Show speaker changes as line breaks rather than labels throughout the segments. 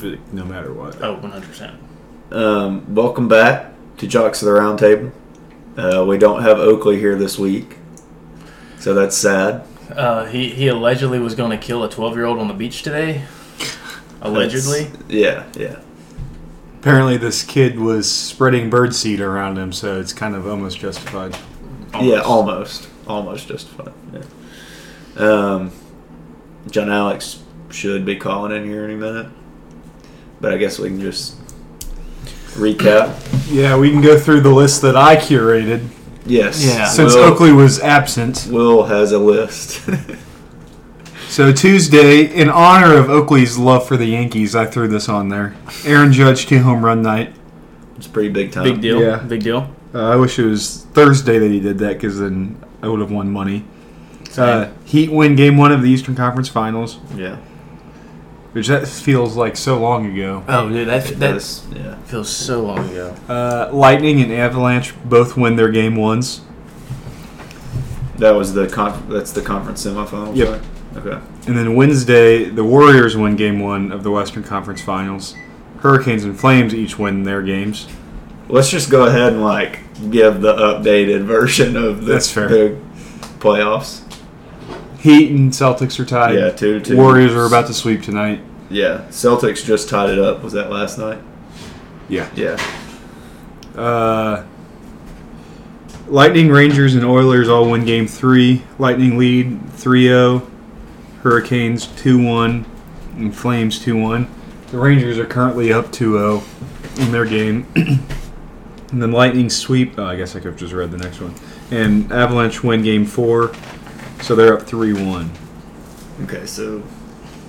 like, no matter what.
Oh, 100%.
Um, welcome back to Jocks of the Round Table. Uh, we don't have Oakley here this week, so that's sad.
Uh, he, he allegedly was going to kill a 12 year old on the beach today. Allegedly.
That's- yeah, yeah.
Apparently, this kid was spreading birdseed around him, so it's kind of almost justified.
Yeah, almost, almost justified. Yeah. Um, John Alex should be calling in here any minute, but I guess we can just recap.
Yeah, we can go through the list that I curated
Yes.
Yeah.
since
Will-
Oakley was absent.
Will has a list.
So Tuesday, in honor of Oakley's love for the Yankees, I threw this on there. Aaron Judge two home run night.
it's pretty big time.
Big deal.
yeah.
Big deal.
Uh, I wish it was Thursday that he did that because then I would have won money. Uh, Heat win game one of the Eastern Conference Finals,
Yeah.
which that feels like so long ago.
Oh, dude, that, that
That's yeah.
feels so long ago.
Uh, Lightning and Avalanche both win their game ones.
That was the conf- that's the conference semifinals.
Yep.
right? Okay.
And then Wednesday, the Warriors win game one of the Western Conference Finals. Hurricanes and Flames each win their games.
Let's just go ahead and like give the updated version of the,
That's fair.
the playoffs.
Heat and Celtics are tied.
Yeah, two to two.
Warriors are about to sweep tonight.
Yeah, Celtics just tied it up. Was that last night?
Yeah.
Yeah.
Uh, Lightning, Rangers, and Oilers all win game three. Lightning lead 3 0. Hurricanes 2 1. And Flames 2 1. The Rangers are currently up 2 0 in their game. and then Lightning sweep. Oh, I guess I could have just read the next one. And Avalanche win game four. So they're up 3 1.
Okay, so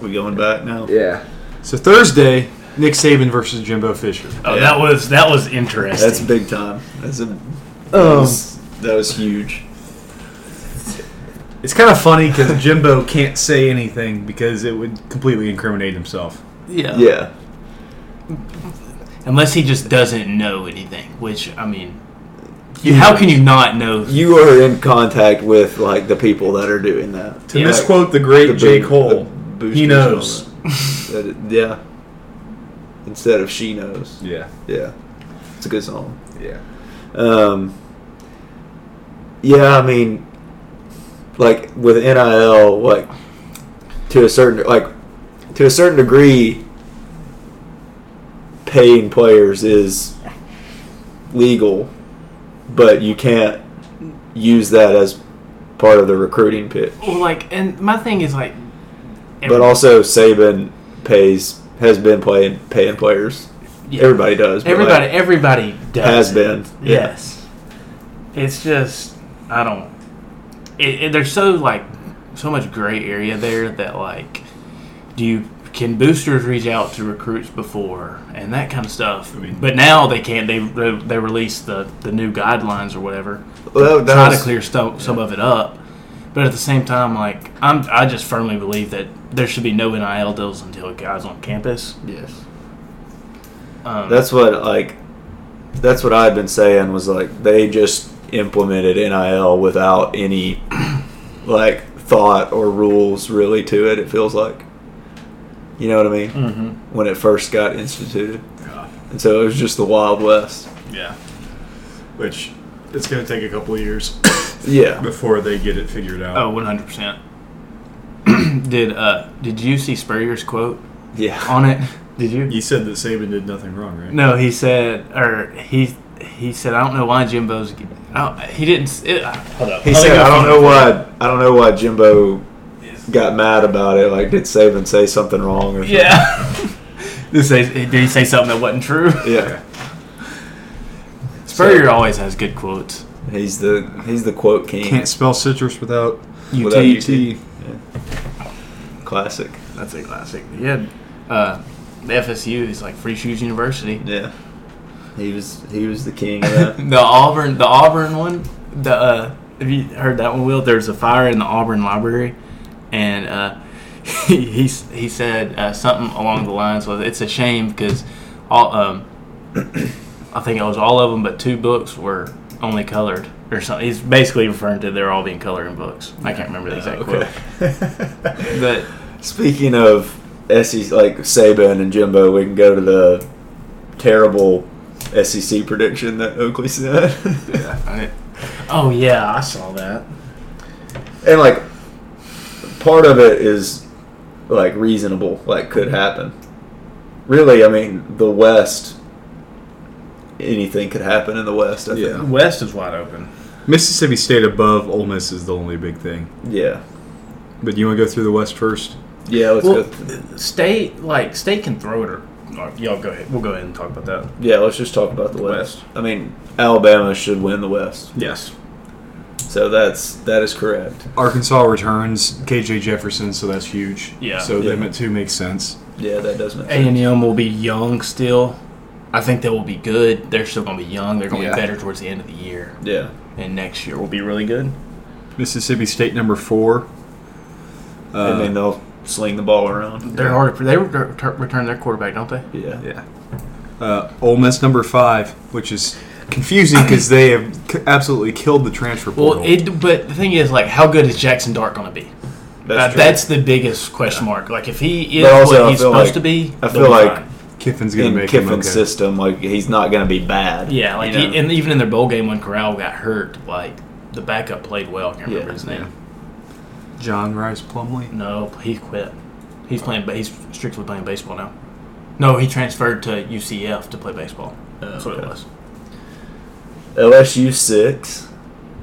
we going back now.
Yeah. So Thursday, Nick Saban versus Jimbo Fisher.
Oh,
Yeah.
that was that was interesting.
That's big time. That's a that,
Um,
was, that was huge.
It's kind of funny because Jimbo can't say anything because it would completely incriminate himself.
yeah.
Yeah.
Unless he just doesn't know anything, which I mean, you, how can you not know?
You are in contact with like the people that are doing that.
To
Yeah.
misquote the great
The
Jake
boo-
Cole,
the
he
boosters
knows.
on that. That- yeah. Instead of she knows.
Yeah,
Yeah. It's a good song.
yeah.
Um, yeah, I mean, like with NIL, like to a certain like to a certain degree, paying players is legal, but you can't use that as part of the recruiting pitch.
Well, like, and my thing is like,
But also, Saban pays has been playing paying players.
yeah,
Everybody does. but, like,
everybody, everybody does
has
it.
been. Yeah.
Yes, it's just I don't. It, it, there's so like so much gray area there that like, do you can boosters reach out to recruits before and that kind of stuff? but now they can't. They they, they release the the new guidelines or whatever.
Well, that
try
was-
to clear sto- some of it up. But at the same time, like I'm, I just firmly believe that there should be no NIL deals until a guys on campus.
Yes.
Um,
That's what like that's what I've been saying was like they just implemented NIL without any like thought or rules really to it it feels like. You know what I mean? Mm-hmm. When it first got instituted. And so it was just the wild west.
yeah.
Which it's going to take a couple of years
Yeah.
before they get it figured out.
Oh, 100 percent. Did uh did you see Spurrier's quote
Yeah.
on it? Did you?
You said that Saban did nothing wrong, right?
No, he said, or he he said, I don't know why Jimbo's. Oh, he didn't. s- It, uh, hold up.
He
Let me
said
go
I don't
find
know
it."
why I don't know why Jimbo got mad about it. Like did Saban say something wrong or
Yeah. did, he say, did he say something that wasn't true?
something? Yeah.
Spurrier always has good quotes.
He's the he's the quote king.
Can't spell citrus without
Without
UT.
UT. Classic.
That's a classic. He had uh, the FSU is like Free Shoes University.
Yeah. He was he was the king of that.
The Auburn, the Auburn one. The uh, have you heard that one? Will there's a fire in the Auburn library, and uh, he he, s- he said uh, something along the lines of "It's a shame because all um, I think it was all of them, but two books were only colored or something." He's basically referring to they're
Oh,
all being colored in books. I can't remember the exact quote,
okay.
but
Speaking of SEC like Saban and Jimbo, we can go to the terrible SEC prediction that Oakley said.
Yeah.
I- oh yeah, I saw that.
and like part of it is like reasonable like could happen really i mean the west anything could happen in the west i
Yeah.
think
West is wide open.
Mississippi State above Ole Miss is the only big thing.
yeah
But you want to go through the West first?
yeah let's
well, uh,
go
state like state can throw it or or- y'all go ahead. We'll go ahead and talk about that.
yeah let's just talk about the
The
west.
West.
i mean alabama should win the west
Yes.
so that's that is correct
Arkansas returns KJ Jefferson, so that's huge.
Yeah.
So
Yeah.
them at two makes sense.
yeah that does make
A
sense
and M will be young still. I think they will be good. They're still going to be young. They're going to
Yeah.
be better towards the end of the year,
yeah
and next year will be really good.
Mississippi State number four.
i mean
Uh,
they'll sling the ball around
They're hard. They re- tur- return their quarterback, don't they?
yeah
yeah. Uh, Ole Miss number five, which is confusing because they have c- absolutely killed the transfer portal.
Well, it. But the thing is, like, how good is Jackson Dart going to be? That-
that's, true.
that's the biggest question mark. Like, if he is
But also, I
what he's
feel
supposed
like-
to be,
I
they'll
feel
be
like-
fine.
Kiffin's going to
in
make
kiffin's
him okay.
system like he's not gonna be bad
yeah, like,
you
he,
know?
and even in their bowl game when Corral got hurt, like the backup played well. I can't remember
Yeah,
his name.
John Rice Plumley.
No, he quit. He's playing. ba- He's strictly playing baseball now. No, he transferred to UCF to play baseball. That's what it
okay.
was.
LSU six.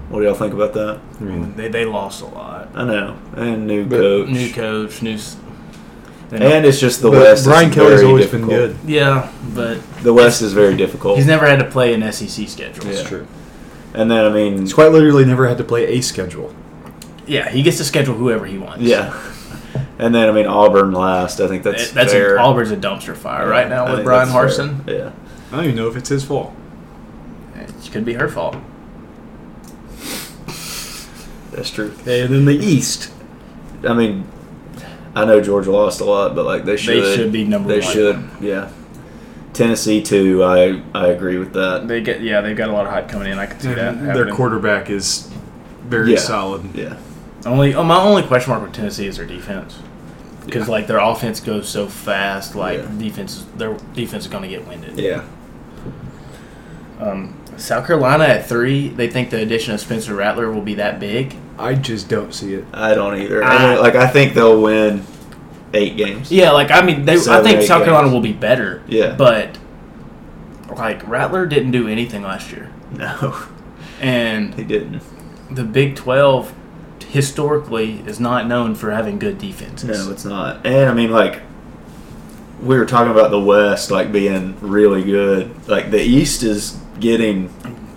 What do y'all think about that?
I mean,
They, they lost a lot.
I know, and new
But-
coach,
New coach, new. s- they don't-
and it's just the
But
West. is
Brian Kelly's
very
always been
difficult.
good.
yeah, but
The West is very difficult,
he's never had to play an SEC schedule.
Yeah.
It's true.
and then I mean,
He's quite literally never had to play a schedule.
Yeah, he gets to schedule whoever he wants.
yeah, and then I mean Auburn last. I think that's
That- that's
fair.
Auburn's a dumpster fire right
I
now with
think
Brian
that's fair.
Harson.
Yeah,
I don't even know if it's his fault.
It could be her fault.
that's true.
And in the East,
I mean, I know Georgia lost a lot, but like they should
should be number
They
one.
should, yeah. Tennessee too. I I agree with that.
They get yeah, they've got a lot of hype coming in. I could see that.
their
happening.
quarterback is very
Yeah.
solid.
Yeah,
Only oh, my only question mark with Tennessee is their defense. Because like their offense goes so fast, like
Yeah.
defense is their defense is going to get winded.
yeah,
Um, South Carolina at three, they think the addition of Spencer Rattler will be that big.
I just don't see it.
I don't either.
Ah.
I mean, like I think they'll win eight games.
Yeah, like I mean, they, I
Seven,
think
eight
South Carolina
games.
will be better.
Yeah.
but like Rattler didn't do anything last year,
No,
and
he didn't.
the Big 12 historically is not known for having good defenses.
No, it's not. And I mean, like, we were talking about the West, like, being really good. Like, the East is getting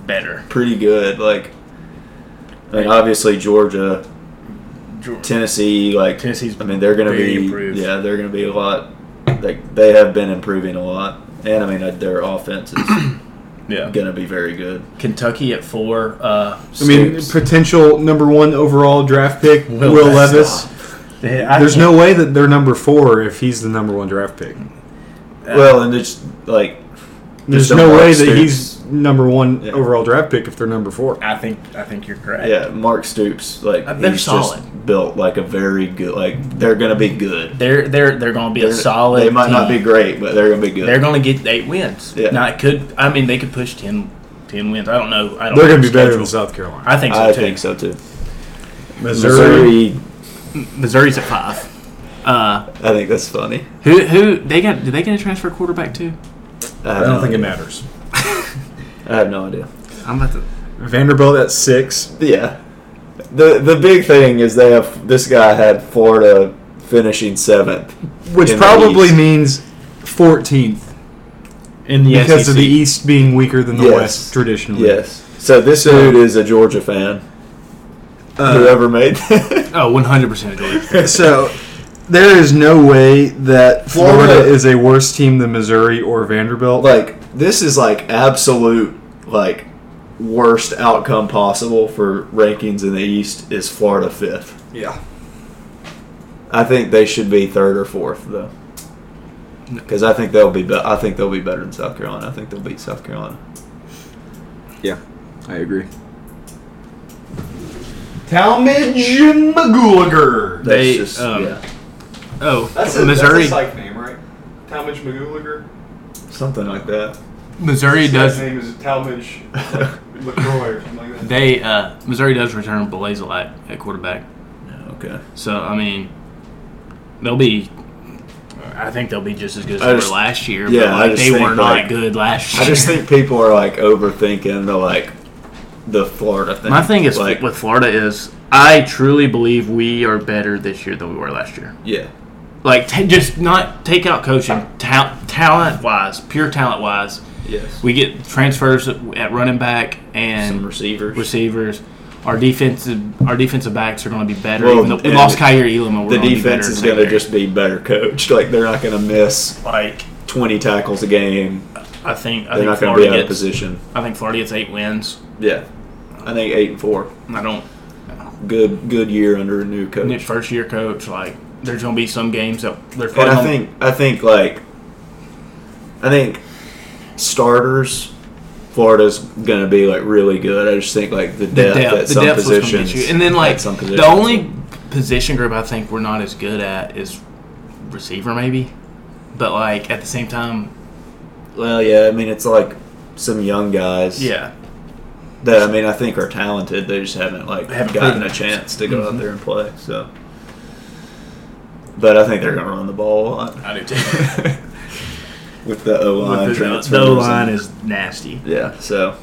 better.
pretty good. Like, I mean, obviously, Georgia, Tennessee, like,
Tennessee's
I mean, they're going to
very
be,
improved.
yeah, they're going to be a lot, like, they have been improving a lot. And I mean, uh, their offense is
yeah.
going to be very good.
Kentucky at four. Uh,
I mean,
Stoops.
potential number one overall draft pick, Will,
Will
Levis.
I
There's
can't-
no way that they're number four if he's the number one draft pick.
well, and it's like,
There's
don't
no
like
way that
Stoops.
he's number one
Yeah.
overall draft pick if they're number four.
I think I think you're correct.
yeah, Mark Stoops, like,
Uh, they're
he's
solid.
just built like a very good, like, they're going to be good.
They're they're they're going to be a
They're-
solid.
They might not be
team.
great, but they're gonna be good.
They're going to get eight wins.
Yeah.
Now it could. I mean, they could push 10, 10 wins. I don't know. I
They're
don't. know
going to
the
be better than
schedule.
South Carolina.
I think so
I
too.
think so too.
Missouri.
Missouri,
Missouri's at five. Uh,
I think that's funny.
who who they got? Did they get a transfer quarterback too?
I,
I
have
don't
no
think it
idea.
matters.
I have no idea.
I'm about to.
Vanderbilt at six.
Yeah, the the big thing is they have this guy had Florida finishing seventh,
Which
in the
probably
East.
means 14th
In the
because of
SEC.
E
the East being weaker than the
Yes.
West traditionally.
Yes. So this dude is a Georgia fan.
Uh,
Whoever made that.
Oh, 100 percent Georgia.
So there is no way that Florida,
Florida-
is a worse team than Missouri or Vanderbilt.
like this is like absolute like worst outcome possible for rankings in the East is Florida fifth.
yeah.
I think they should be third or fourth though, because I think they'll be. Be- I think they'll be better than South Carolina. I think they'll beat South Carolina.
Yeah. I agree. Talmadge and McGuliger.
That's
They,
just
um,
yeah.
Oh,
That's a, That's
Missouri.
a psych name, right? Talmadge McGooliger.
something like that.
Missouri does.
His name is Talmadge LaCroix or something like that.
They uh, Missouri does return Belazalak at quarterback.
Okay.
So I mean, they'll be. I think they'll be just as good as
I
they
just-
were last year.
yeah,
but like,
I just
they
think,
were
like-
not good last year.
I just think people are like overthinking the like the Florida thing.
My thing is
like
with Florida is I truly believe we are better this year than we were last year.
yeah,
Like t- just not take out coaching, ta- talent wise, pure talent wise.
yes,
We get transfers at at running back and
some receivers.
receivers. Our defensive our defensive backs are going to be better.
Well,
even though we
and
lost Kyrie Elam.
the defense is going to just be better coached. Like they're not going to miss
like
twenty tackles a game.
I think I think
They're not going to be
Florida
out
gets
of position.
I think Florida gets eight wins.
Yeah, I think eight and four.
I don't
Good good year under a new coach.
Nick first year coach like there's going to be some games that they're
And
probably
I
gonna-
think I think like I think starters Florida's gonna be like really good. I just think like the
the
depth,
depth,
at
the
some
depth's what's gonna
positions.
get you. And then like
at some
the
positions.
only position group I think we're not as good at is receiver maybe, but like at the same time,
well, yeah. I mean, it's like some young guys.
yeah,
That I mean, I think are talented. They just haven't like
Haven't
gotten
proven
a
it.
chance to go
Mhm.
out there and play. So, but I think they're gonna run the ball a lot
I do too.
with the O line
With the,
transfers.
the
and-
line is nasty.
Yeah, so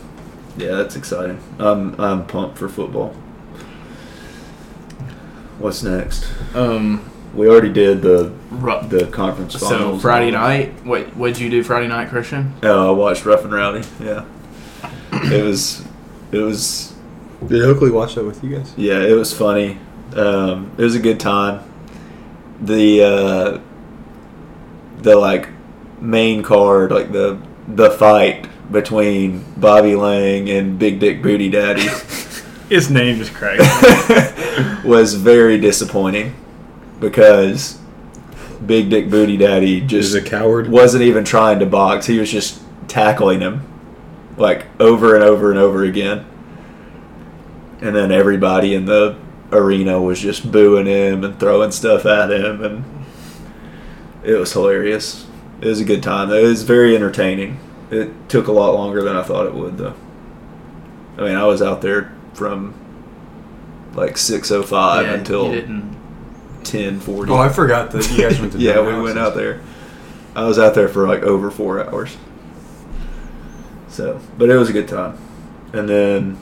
yeah, that's exciting. I'm I'm pumped for football. What's next?
Um,
We already did the
ru-
the conference
so
finals.
Friday night, what what'd you do Friday night, Christian?
Oh, I watched Rough and Rowdy. Yeah, it was it was
Did Oakley watch that with you guys?
yeah it was funny. Um, it was a good time. The uh, the like main card, like the the fight between Bobby Lang and Big Dick Booty Daddy.
His name is Craig.
was very disappointing because Big Dick Booty Daddy
He's
just
a coward.
wasn't even trying to box. He was just tackling him like over and over and over again. And then everybody in the arena was just booing him and throwing stuff at him and it was hilarious. It was a good time. It was very entertaining. It took a lot longer than I thought it would though. I mean, I was out there from like 6:05
yeah, you
until
didn't.
10:40.
Oh, I forgot that you guys went to.
yeah,
Doug
we
House's.
went out there. I was out there for like over four hours. So, but it was a good time. And then,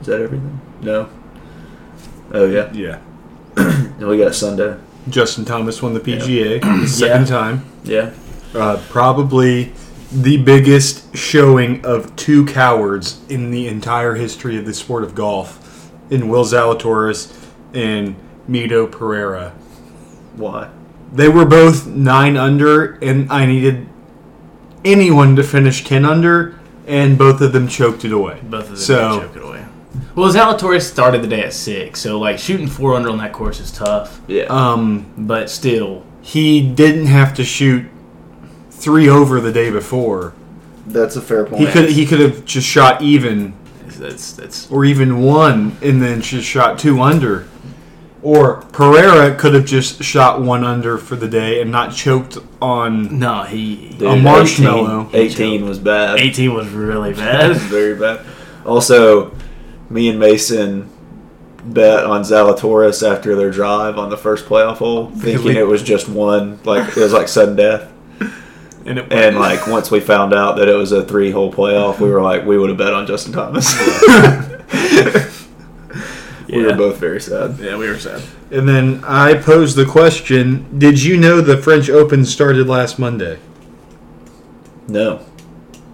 is that everything? No. Oh yeah,
Yeah,
and we got Sunday.
Justin Thomas won the PGA the second time.
Yeah.
Uh, probably the biggest showing of two cowards in the entire history of the sport of golf, in Will Zalatoris and Mito Pereira.
Why?
They were both nine under, and I needed anyone to finish ten under, and both of them choked it away.
Both of them
So-
so, choke it away. Well, Zalatoris started the day at six, so like shooting four under on that course is tough.
Yeah.
Um,
But still,
he didn't have to shoot three over the day before.
That's a fair point.
Oh,
He could he could have just shot even
that's that's
or even one and then just shot two under. Or Pereira could have just shot one under for the day and not choked on
no. He
Dude,
a marshmallow.
18, 18 was bad.
eighteen was really
That
bad.
was very bad. Also, me and Mason bet on Zalatoris after their drive on the first playoff hole, thinking
we-
it was just one, like it was like sudden death.
and it
And like once we found out that it was a three-hole playoff, we were like, we would have bet on Justin Thomas. We were
Yeah.
both very sad.
yeah, we were sad.
And then I posed the question, did you know the French Open started last Monday?
No,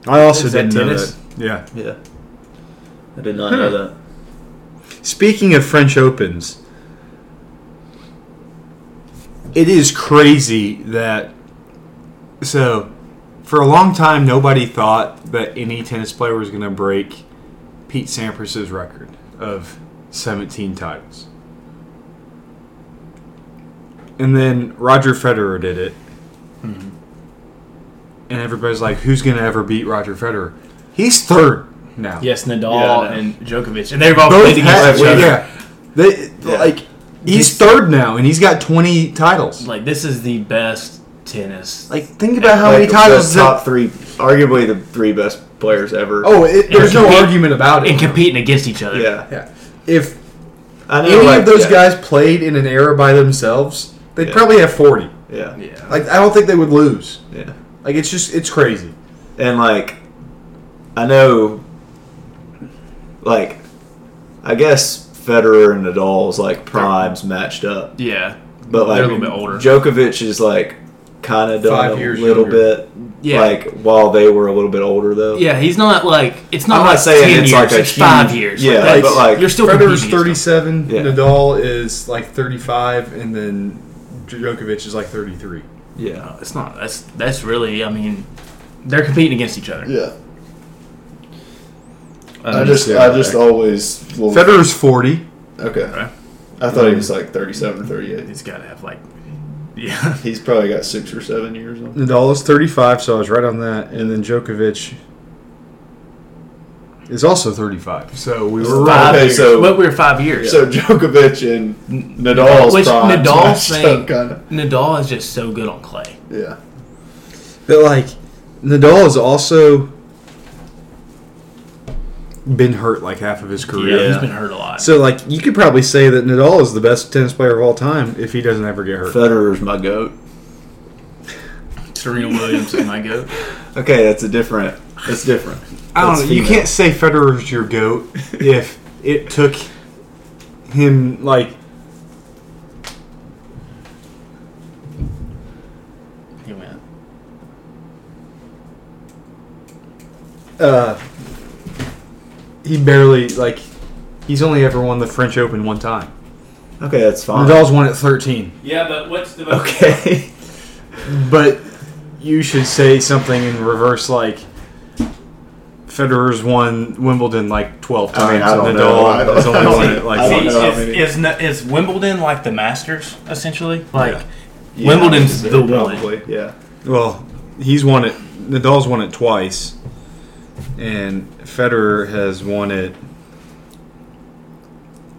I also
Is that
didn't
tennis?
know that. Yeah.
yeah, I did not know that.
Speaking of French Opens, it is crazy that. So, for a long time, nobody thought that any tennis player was going to break Pete Sampras's record of 17 titles. And then Roger Federer did it. And everybody's like, who's going to ever beat Roger Federer? He's third now
Yes,
Yeah,
Nadal
I know.
and Djokovic, and they've all
both
played against
have-
each other.
Yeah, they
Yeah.
like He's third now, and he's got 20 titles.
Like this is the best tennis.
Like, think about how
Like,
many
the
titles.
top three, arguably the three best players ever.
oh, it, there's no
compete-
argument about
and
it.
competing against each other.
yeah.
Yeah. If
I know.
any
like,
of those
yeah,
guys played in an era by themselves, they'd
Yeah.
probably have 40.
Yeah, yeah,
Yeah.
Like, I don't think they would lose.
yeah.
Like, it's just, it's crazy.
And like, I know. Like, I guess Federer and Nadal's like primes matched up,
Yeah.
but like
They're a little bit older.
Djokovic is like kind of done
Five
a
years
little
younger.
bit.
Yeah.
Like while they were a little bit older though.
Yeah, he's not like it's not
I'm not
like
saying
ten
it's
years,
like a
it's five
huge-
years.
yeah,
that's-
but, like,
you're still
Federer's
competing against
37,
Yeah.
Nadal is like 35, and then Djokovic is like 33.
Yeah.
them. It's not. That's that's really. I mean, they're competing against each other.
Yeah.
Uh,
I just,
yeah,
I just
okay.
always. Well,
Federer's 40.
Okay.
Okay.
I thought he was like 37 or 38.
He's got to have like, yeah,
He's probably got six or seven years on.
Nadal is 35, so I was right on that. And then Djokovic is also 35. So we were
five
wrong.
Okay,
years.
so-
but we're five years.
So Djokovic and Nadal's
Which
primes
Nadal
matched up
thing-
kinda.
Nadal is just so good on clay.
Yeah.
But like, Nadal has also been hurt like half of his career.
He's been hurt a lot.
So like, you could probably say that Nadal is the best tennis player of all time if he doesn't ever get hurt.
Federer's my goat.
Serena Williams is my goat.
Okay, that's a different. That's different.
I don't
That's
know. You
female.
can't say Federer's your goat if it took him like
He went.
uh he barely like he's only ever won the French Open one time.
Okay, that's fine.
Nadal's won at 13.
Yeah, but what's the
Okay.
But you should say something in reverse like Federer's won Wimbledon like 12 times
I mean, I don't
and
know. I
Nadal
don't-
has only
I don't
won
know.
it like
I
See,
don't
once.
know how
is,
many-
is, n- is Wimbledon like the Masters essentially? Like
Yeah,
Wimbledon's
I
the
would say
one.
probably.
yeah.
Well, he's won it. Nadal's won it twice, and Federer has won it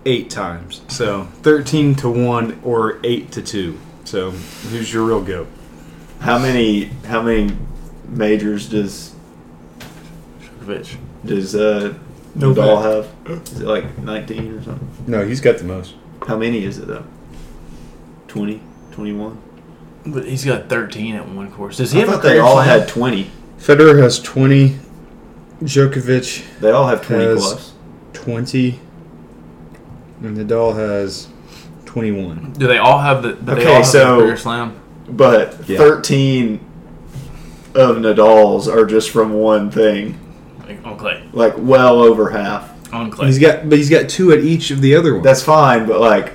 eight times. So thirteen to one or eight to two. So who's your real goat?
How many? How many majors does
Djokovic.
does uh,
No
Nadal have? Is it like nineteen or something?
No, he's got the most.
How many is it though? 20? 21?
But he's got 13 at one course. Does he
I
have a
thought they
career
all
plan?
had twenty.
Federer has twenty. Djokovic
They all have twenty
Has-
plus.
twenty, and Nadal has twenty-one.
Do they all have the? Do
Okay,
they all have
so-
the career slam.
But
Yeah.
thirteen of Nadal's are just from one thing.
Like, on clay,
Like well over half.
on clay.
He's got, but he's got two at each of the other ones.
That's fine, but like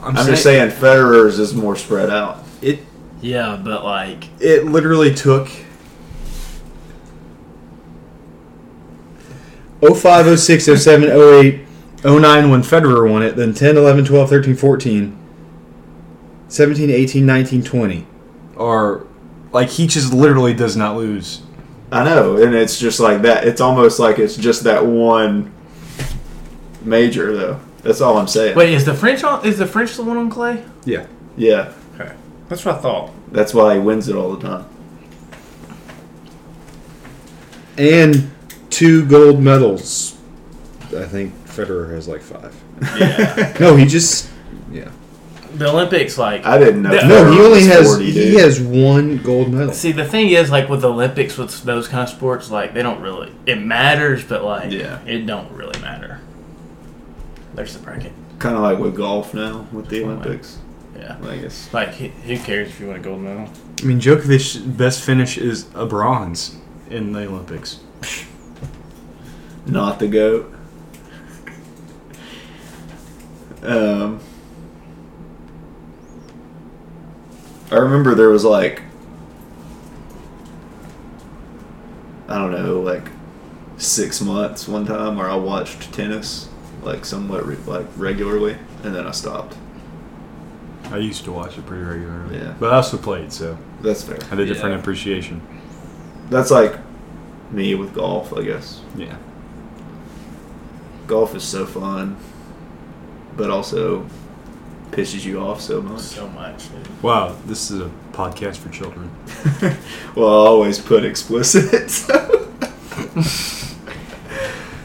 I'm, just saying Federer's is more spread out.
it.
yeah, but like
it literally took 05, 06, 07, 08, 09 when oh Federer won it, then 10, 11, 12, 13, 14, 17, 18, 19, 20 are like he just literally does not lose.
I know, and it's just like that. It's almost like it's just that one major, though. That's all I'm saying.
Wait, is the French on? Is the French the one on clay?
Yeah.
Yeah,
Okay, that's what I thought.
that's why he wins it all the time.
And two gold medals. I think Federer has like five.
Yeah,
No, he just. Yeah.
the Olympics like.
I didn't know.
No,
No, he
Federer
only
was
has
40,
he
dude.
has one gold medal.
See, the thing is, like with the Olympics, with those kind of sports, like they don't really. It matters, but like
Yeah.
it don't really matter. There's the bracket.
kind of like with golf now with
Oh
the Olympics.
Yeah,
I guess.
like who who cares if you win a gold medal?
I mean, Djokovic's best finish is a bronze in the Olympics.
Not the goat. Um, I remember there was like, I don't know, like six months one time where I watched tennis like somewhat re- like regularly, and then I stopped.
I used to watch it pretty regularly.
Yeah.
But I also played, so
That's fair.
I had a different
Yeah.
appreciation.
That's like me with golf, I guess.
Yeah.
golf is so fun, but also pisses you off so much.
so much.
Wow, this is a podcast for children.
Well, I always put explicit. so.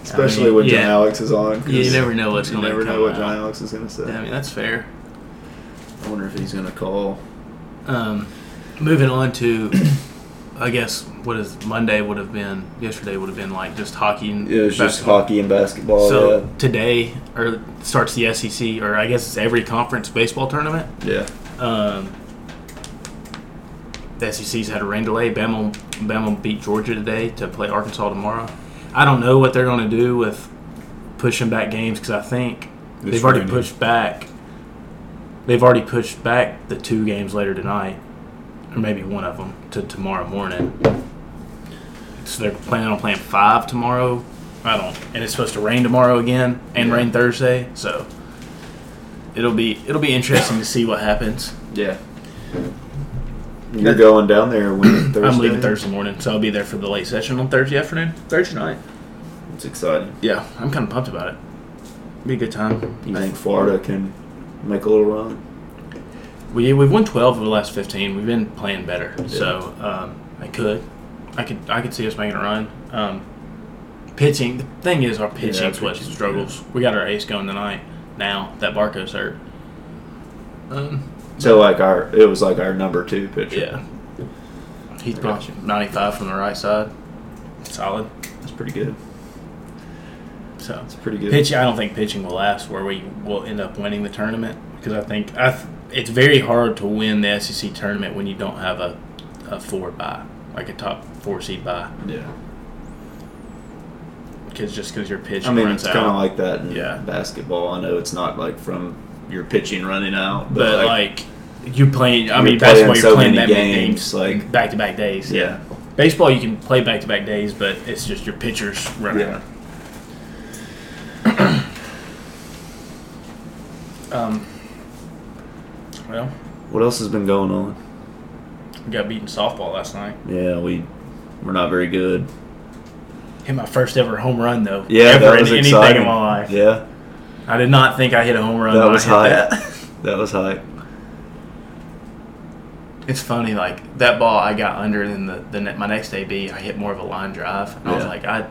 Especially when John
yeah.
Alex is on. 'cause
You never know what's
you
gonna
never
come
know what
out.
John Alex is going to say.
Yeah, I mean, that's fair.
I wonder if he's gonna call.
Um, moving on to, I guess what is Monday would have been yesterday would have been like just hockey. And
It was just
basketball.
hockey and basketball.
so today or starts the SEC or I guess it's every conference baseball tournament.
yeah.
Um, the SEC's had a rain delay. Bama, Bama beat Georgia today to play Arkansas tomorrow. I don't know what they're going to do with pushing back games because I think
It's
they've already
raining.
pushed back. They've already pushed back the two games later tonight, or maybe one of them to tomorrow morning. So they're planning on playing five tomorrow. I don't, and it's supposed to rain tomorrow again and rain Thursday. So it'll be it'll be interesting to see what happens.
Yeah.
You're going down there when Thursday.
I'm leaving Thursday morning, so I'll be there for the late session on Thursday afternoon, Thursday night.
It's exciting.
Yeah, I'm kind of pumped about it. Be a good time.
You think Florida can make a little run?
We we've won 12 of the last 15. We've been playing better, so um, I could, I could, I could see us making a run. Um, pitching. The thing is, our pitching's what
pitching,
struggles. We got our ace going tonight. Now that Barco's hurt. Um,
So like our it was like our number two pitcher.
yeah. He's probably 95 from the right side. Solid.
That's pretty good.
So
That's pretty good.
Pitching, I don't think pitching will last where we will end up winning the tournament because I think I th- it's very hard to win the SEC tournament when you don't have a, a four bye, like a top four seed bye,
Yeah.
because just because your pitch
I mean,
runs
it's kind of
out.
like that in
Yeah.
basketball. I know it's not like from your pitching running out, but,
but
like,
like, you playing. I
You're
mean, basketball
playing
you're
so
playing
many
that many
games,
games
like-
back to back days.
yeah,
baseball you can play back to back days, but it's just your pitchers running.
Yeah.
um. Well,
What else has been going on?
we got beaten softball last night.
Yeah, we we're not very good.
Hit my first ever home run though.
Yeah,
ever
that was
in anything
exciting.
in my life.
Yeah,
I did not think I hit a home run.
that
when
was
I
hype.
hit
That. was hype.
that. It's funny, like that ball I got under, and then the, the ne- my next AB I hit more of a line drive, and I was
Yeah.
like, I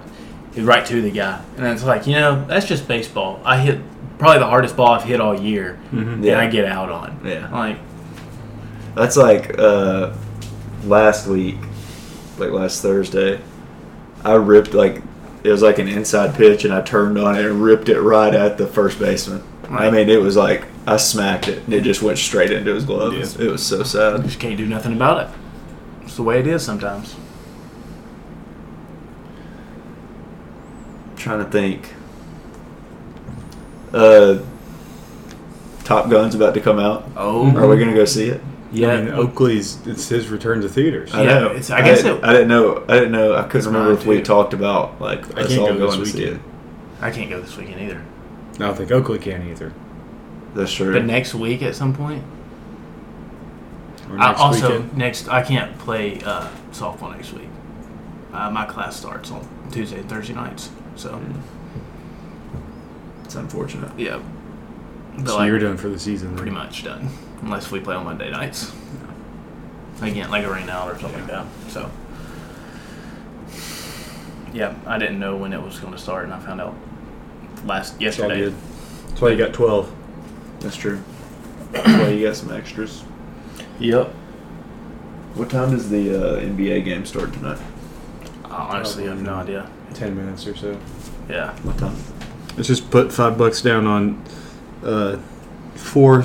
hit right to the guy, and it's like you know that's just baseball. I hit probably the hardest ball I've hit all year,
Yeah.
and I get out on.
Yeah.
like
That's like uh, last week, like last Thursday. I ripped like it was like an inside pitch, and I turned on it and ripped it right at the first baseman. I
Right.
mean, it was like I smacked it, and it just went straight into his glove.
Yeah.
It was so
I
sad.
just can't do nothing about it. It's the way it is sometimes.
trying to think. Uh, Top Gun's about to come out.
Oh,
Are we gonna go see it?
yeah,
I mean,
oh.
Oakley's it's his return to theaters.
I
Yeah,
know.
it's- I guess
didn't-
it-
I didn't know. I didn't know. I couldn't remember
mine,
if we
too.
talked about like
I
us
can't
all
go this
going to see it.
weekend.
I can't go this weekend either.
I don't think Oakley can either.
That's true.
But next week at some point.
Or
I
next
also
weekend.
next I can't play uh, softball next week. Uh, my class starts on Tuesday and Thursday nights, so
Mm.
it's unfortunate.
yeah. But
So
like,
you're done for the season. then.
pretty much done, unless we play on Monday nights. Again, like a rain out or something like that. So yeah, I didn't know when it was going to start, and I found out last
It's all
yesterday.
good. That's why you got twelve.
That's true. That's why you got some extras.
Yep.
What time does the uh, NBA game start tonight?
I honestly have no idea.
Ten minutes or so.
Yeah.
What time?
Let's just put five bucks down on uh, four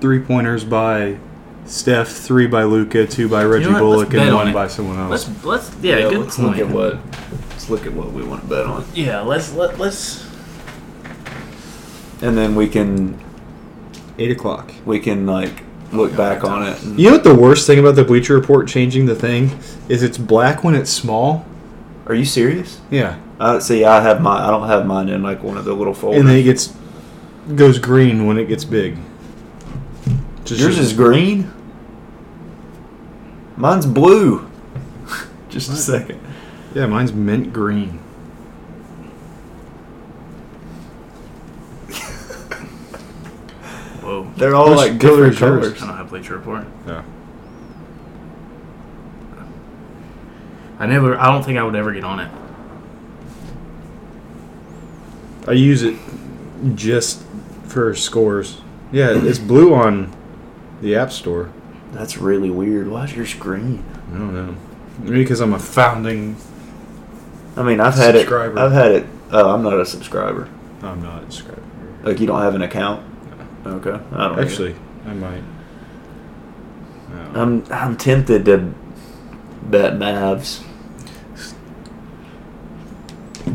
three pointers by Steph, three by Luca, two by Reggie
what? Let's
Bullock, and
bet on
one
it.
by someone else.
Let's let's yeah, good
let's
point.
look at what. Let's look at what we want to bet on,
yeah, let's let let's
and then we can
Eight o'clock.
we can like look back on it. And,
You know what the worst thing about the Bleacher Report changing the thing is? It's black when it's small.
Are you serious?
Yeah,
I see. I have my. I don't have mine in like one of the little folders.
and then it gets goes green when it gets big. Just-
Yours is green. Mine's blue. Just a
What?
second.
yeah, mine's mint green.
Whoa.
They're all
Which
like
color
different
is yours?
I
colors.
don't have Bleacher Report.
Yeah.
I never. I don't think I would ever get on it.
I use it just for scores. Yeah, it's blue on the App Store.
That's really weird. Why's your screen?
I don't know. Maybe because I'm a founding.
I mean, I've had
Subscriber.
it. I've had it. Oh, I'm not a subscriber.
I'm not a subscriber.
Like you don't have an account. Okay, I don't
Actually, I might. I don't
Um,
know.
I'm I'm tempted to bet Mavs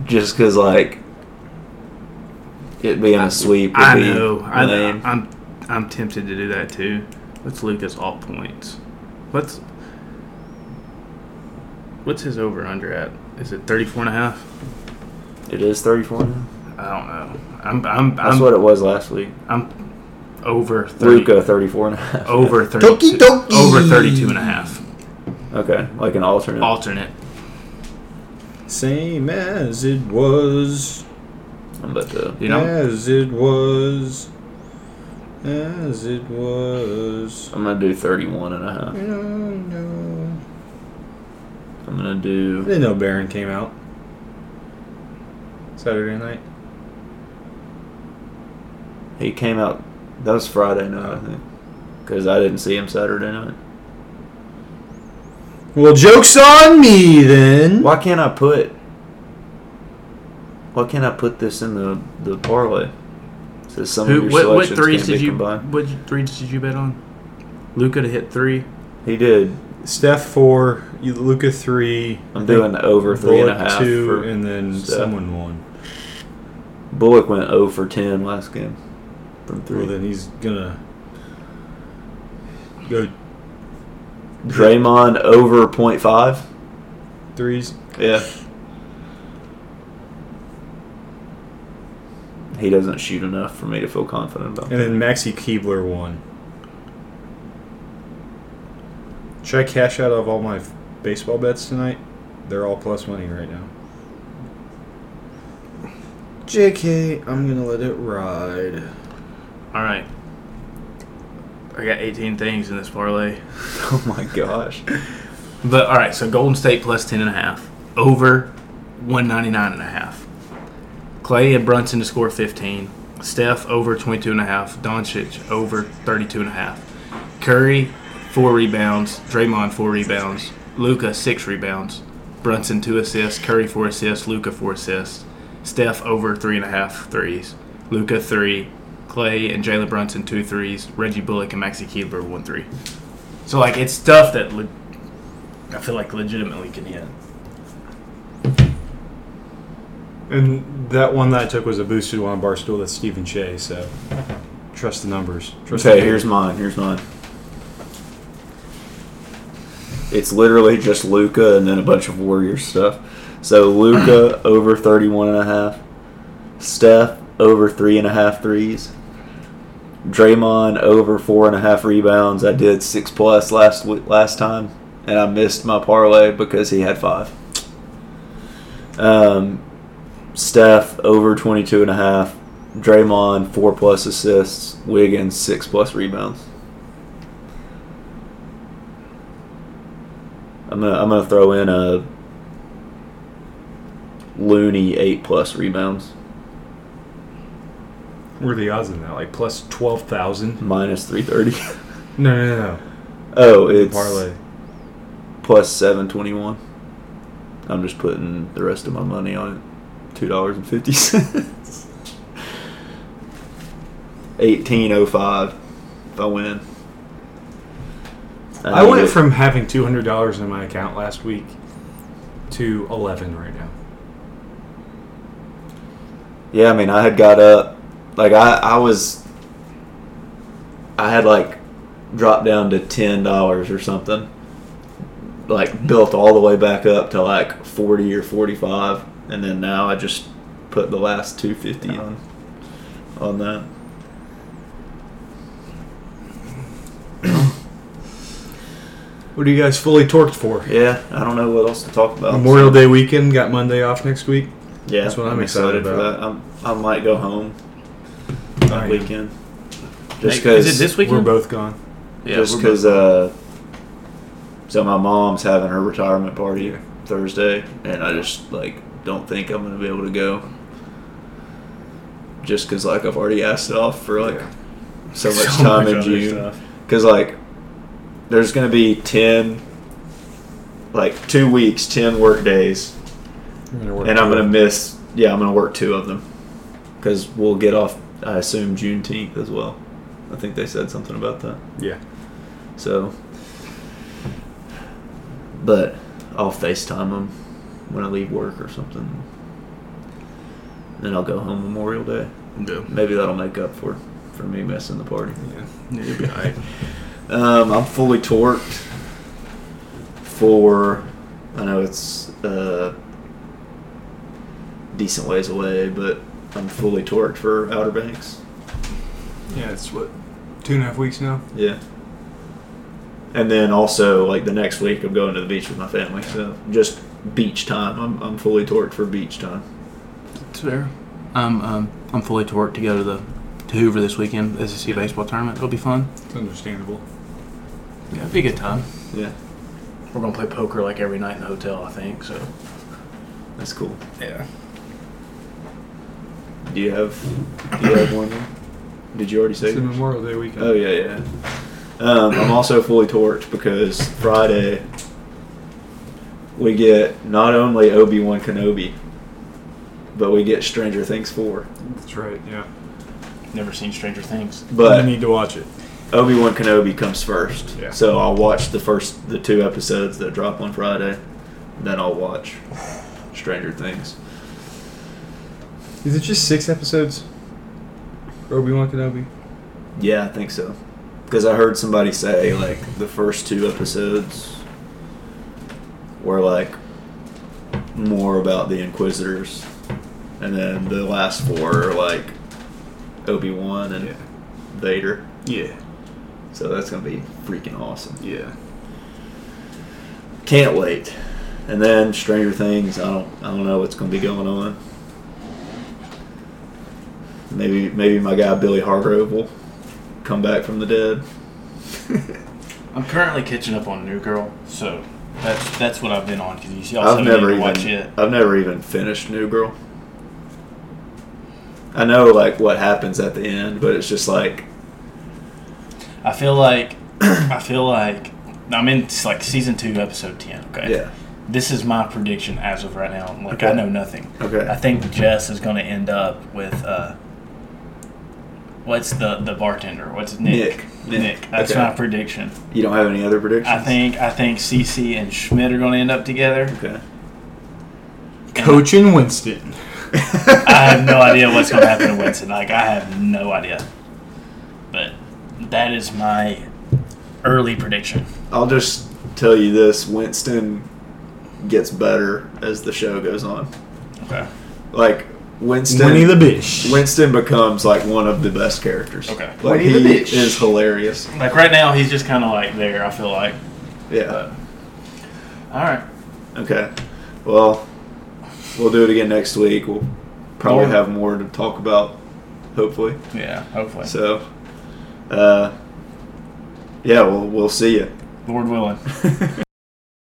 just because like it being a sweep. Would
I
be
know. I know.
lame.
I'm. I'm tempted to do that too. Let's look at all points. Let's. What's his over under at? Is it 34 and a half?
It is 34. Now.
I don't know. I'm. I'm.
That's
I'm,
what it was last week.
I'm over 30.
Luca 34 and a half.
Over 32.
Doki doki.
Over 32 and a half.
Okay, like an alternate.
Alternate.
Same as it was.
I'm about to.
You know?
As it was. As it was.
I'm gonna do 31 and a half.
Um,
No, no.
I'm gonna
I
do.
didn't know Baron came out. Saturday night.
He came out. That was Friday night, I think. Because I didn't see him Saturday night.
Well, joke's on me then.
Why can't I put? Why can't I put this in the the parlay? Says some of
Who?
your
What, what
selections
threes
can't
did
be
you?
combined.
What threes did you bet on? Luca to hit three.
He did.
Steph four, Luca three.
I'm doing the over three and a half.
two,
for-
and then
Steph.
someone won.
Bullock went 0 for 10 last game from
Well,
three.
then he's gonna go
Draymond over point five.
threes.
Yeah. He doesn't shoot enough for me to feel confident about.
And then Maxi Keebler won. Should I cash out of all my f- baseball bets tonight? They're all plus money right now. JK, I'm gonna let it ride.
All right. I got 18 things in this parlay.
Oh my gosh.
But all right, so Golden State plus 10 and a half. Over 199 and a half. Clay and Brunson to score 15. Steph over 22 and a half. Doncic over 32 and a half. Curry four rebounds. Draymond four rebounds. Luca six rebounds. Brunson two assists. Curry four assists. Luca four assists. Steph over three and a half threes. Luca three. Clay and Jalen Brunson two threes. Reggie Bullock and Maxi Keebler one three. So like it's stuff that le- I feel like legitimately can hit.
And that one that I took was a boosted one on Barstool. That's Stephen Shea. So trust the numbers. Trust
Okay,
the
here's mine. Here's mine. It's literally just Luca and then a bunch of Warriors stuff. So Luca over 31 and a half. Steph over three and a half threes. Draymond over four and a half rebounds. I did six plus last w- last time, and I missed my parlay because he had five. Um, Steph over 22 and a half. Draymond four plus assists. Wiggins six plus rebounds. I'm gonna I'm gonna throw in a Looney eight plus rebounds
What are the odds in that? Like plus twelve thousand?
minus three thirty.
No, no, no.
oh, it's
parlay.
plus seven twenty one. I'm just putting the rest of my money on it. Two dollars and fifty cents. Eighteen oh five. If I win,
I
need
went
it.
from having two hundred dollars in my account last week to eleven right now.
Yeah, I mean, I had got up, like I, I was, I had like dropped down to ten dollars or something, like built all the way back up to like forty or forty five, and then now I just put the last two fifty on, on that.
What are you guys fully torqued for?
Yeah, I don't know what else to talk about.
Memorial Day weekend got Monday off next week.
Yeah,
That's what I'm excited
for
about.
that. I'm, I might go home that
I am.
weekend. Just
Like, is
'cause
it this
We're
weekend?
both gone.
yeah,
just
we're
because
both-
uh so my mom's having her retirement party thursday and i just like don't think i'm gonna be able to go just because like i've already asked it off for like
Yeah.
so much
So
time
much
in
other
june
stuff.
because like there's gonna be 10 like two weeks 10 work days and i'm gonna miss yeah i'm gonna work two of them because we'll get off i assume juneteenth as well i think they said something about that
Yeah.
so, but I'll FaceTime them when I leave work or something. Then I'll go home Memorial Day.
Yeah.
Maybe that'll make up for for me missing the party.
Yeah.
Yeah, you'll be all right.
Um, I'm fully torqued for. I know it's uh, decent ways away, but I'm fully torqued for Outer Banks.
Yeah, it's what two and a half weeks now.
Yeah. And then also like the next week, I'm going to the beach with my family. So just beach time. I'm I'm fully torqued for beach time.
It's fair. I'm um, I'm fully torqued to go to the to Hoover this weekend SEC baseball tournament. It'll be fun.
It's understandable.
Yeah, it'll be a good time.
Yeah,
We're gonna play poker like every night in the hotel, I think. So
that's cool.
yeah.
Do you have Do you have one? more? Did you already say?
It's the
yours?
Memorial Day weekend.
Oh yeah, yeah. Um, I'm also fully torqued because Friday we get not only Obi Wan Kenobi, but we get Stranger Things four.
That's right. Yeah.
Never seen Stranger Things.
But
you need to watch it.
Obi Wan Kenobi comes first,
Yeah.
so I'll watch the first the two episodes that drop on Friday, then I'll watch Stranger Things.
Is it just six episodes? Obi Wan Kenobi.
Yeah, I think so, because I heard somebody say like the first two episodes were like more about the Inquisitors, and then the last four are like Obi Wan and
Yeah.
Vader.
Yeah.
So that's gonna be freaking awesome.
Yeah.
Can't wait. And then Stranger Things, I don't I don't know what's gonna be going on. Maybe maybe my guy Billy Hargrove will come back from the dead.
I'm currently catching up on New Girl, so that's that's what I've been on because you see, also
I've never even
watch it.
I've never even finished New Girl. I know like what happens at the end, but it's just like
I feel like I feel like I'm in it's like season two, episode ten. Okay.
yeah.
This is my prediction as of right now. Like I
Okay.
know nothing.
Okay.
I think Jess is going to end up with uh, what's the the bartender? What's Nick?
Nick. Nick.
That's
Okay.
my prediction.
you don't have any other predictions?
I think I think Cece and Schmidt are going to end up together.
Okay.
And
Coaching Winston.
I have no idea what's going to happen to Winston. Like I have no idea. But that is my early prediction.
I'll just tell you this, Winston gets better as the show goes on.
Okay.
like Winston.
Winnie the Bish.
Winston becomes like one of the best characters.
Okay.
like
Winnie
he
the Bitch.
is hilarious.
Like right now, he's just kind of like there. I feel like.
Yeah.
But, all right.
Okay. Well, we'll do it again next week. We'll probably
More.
have more to talk about, hopefully.
Yeah. Hopefully.
So, uh, yeah, we'll we'll see you.
Lord willing.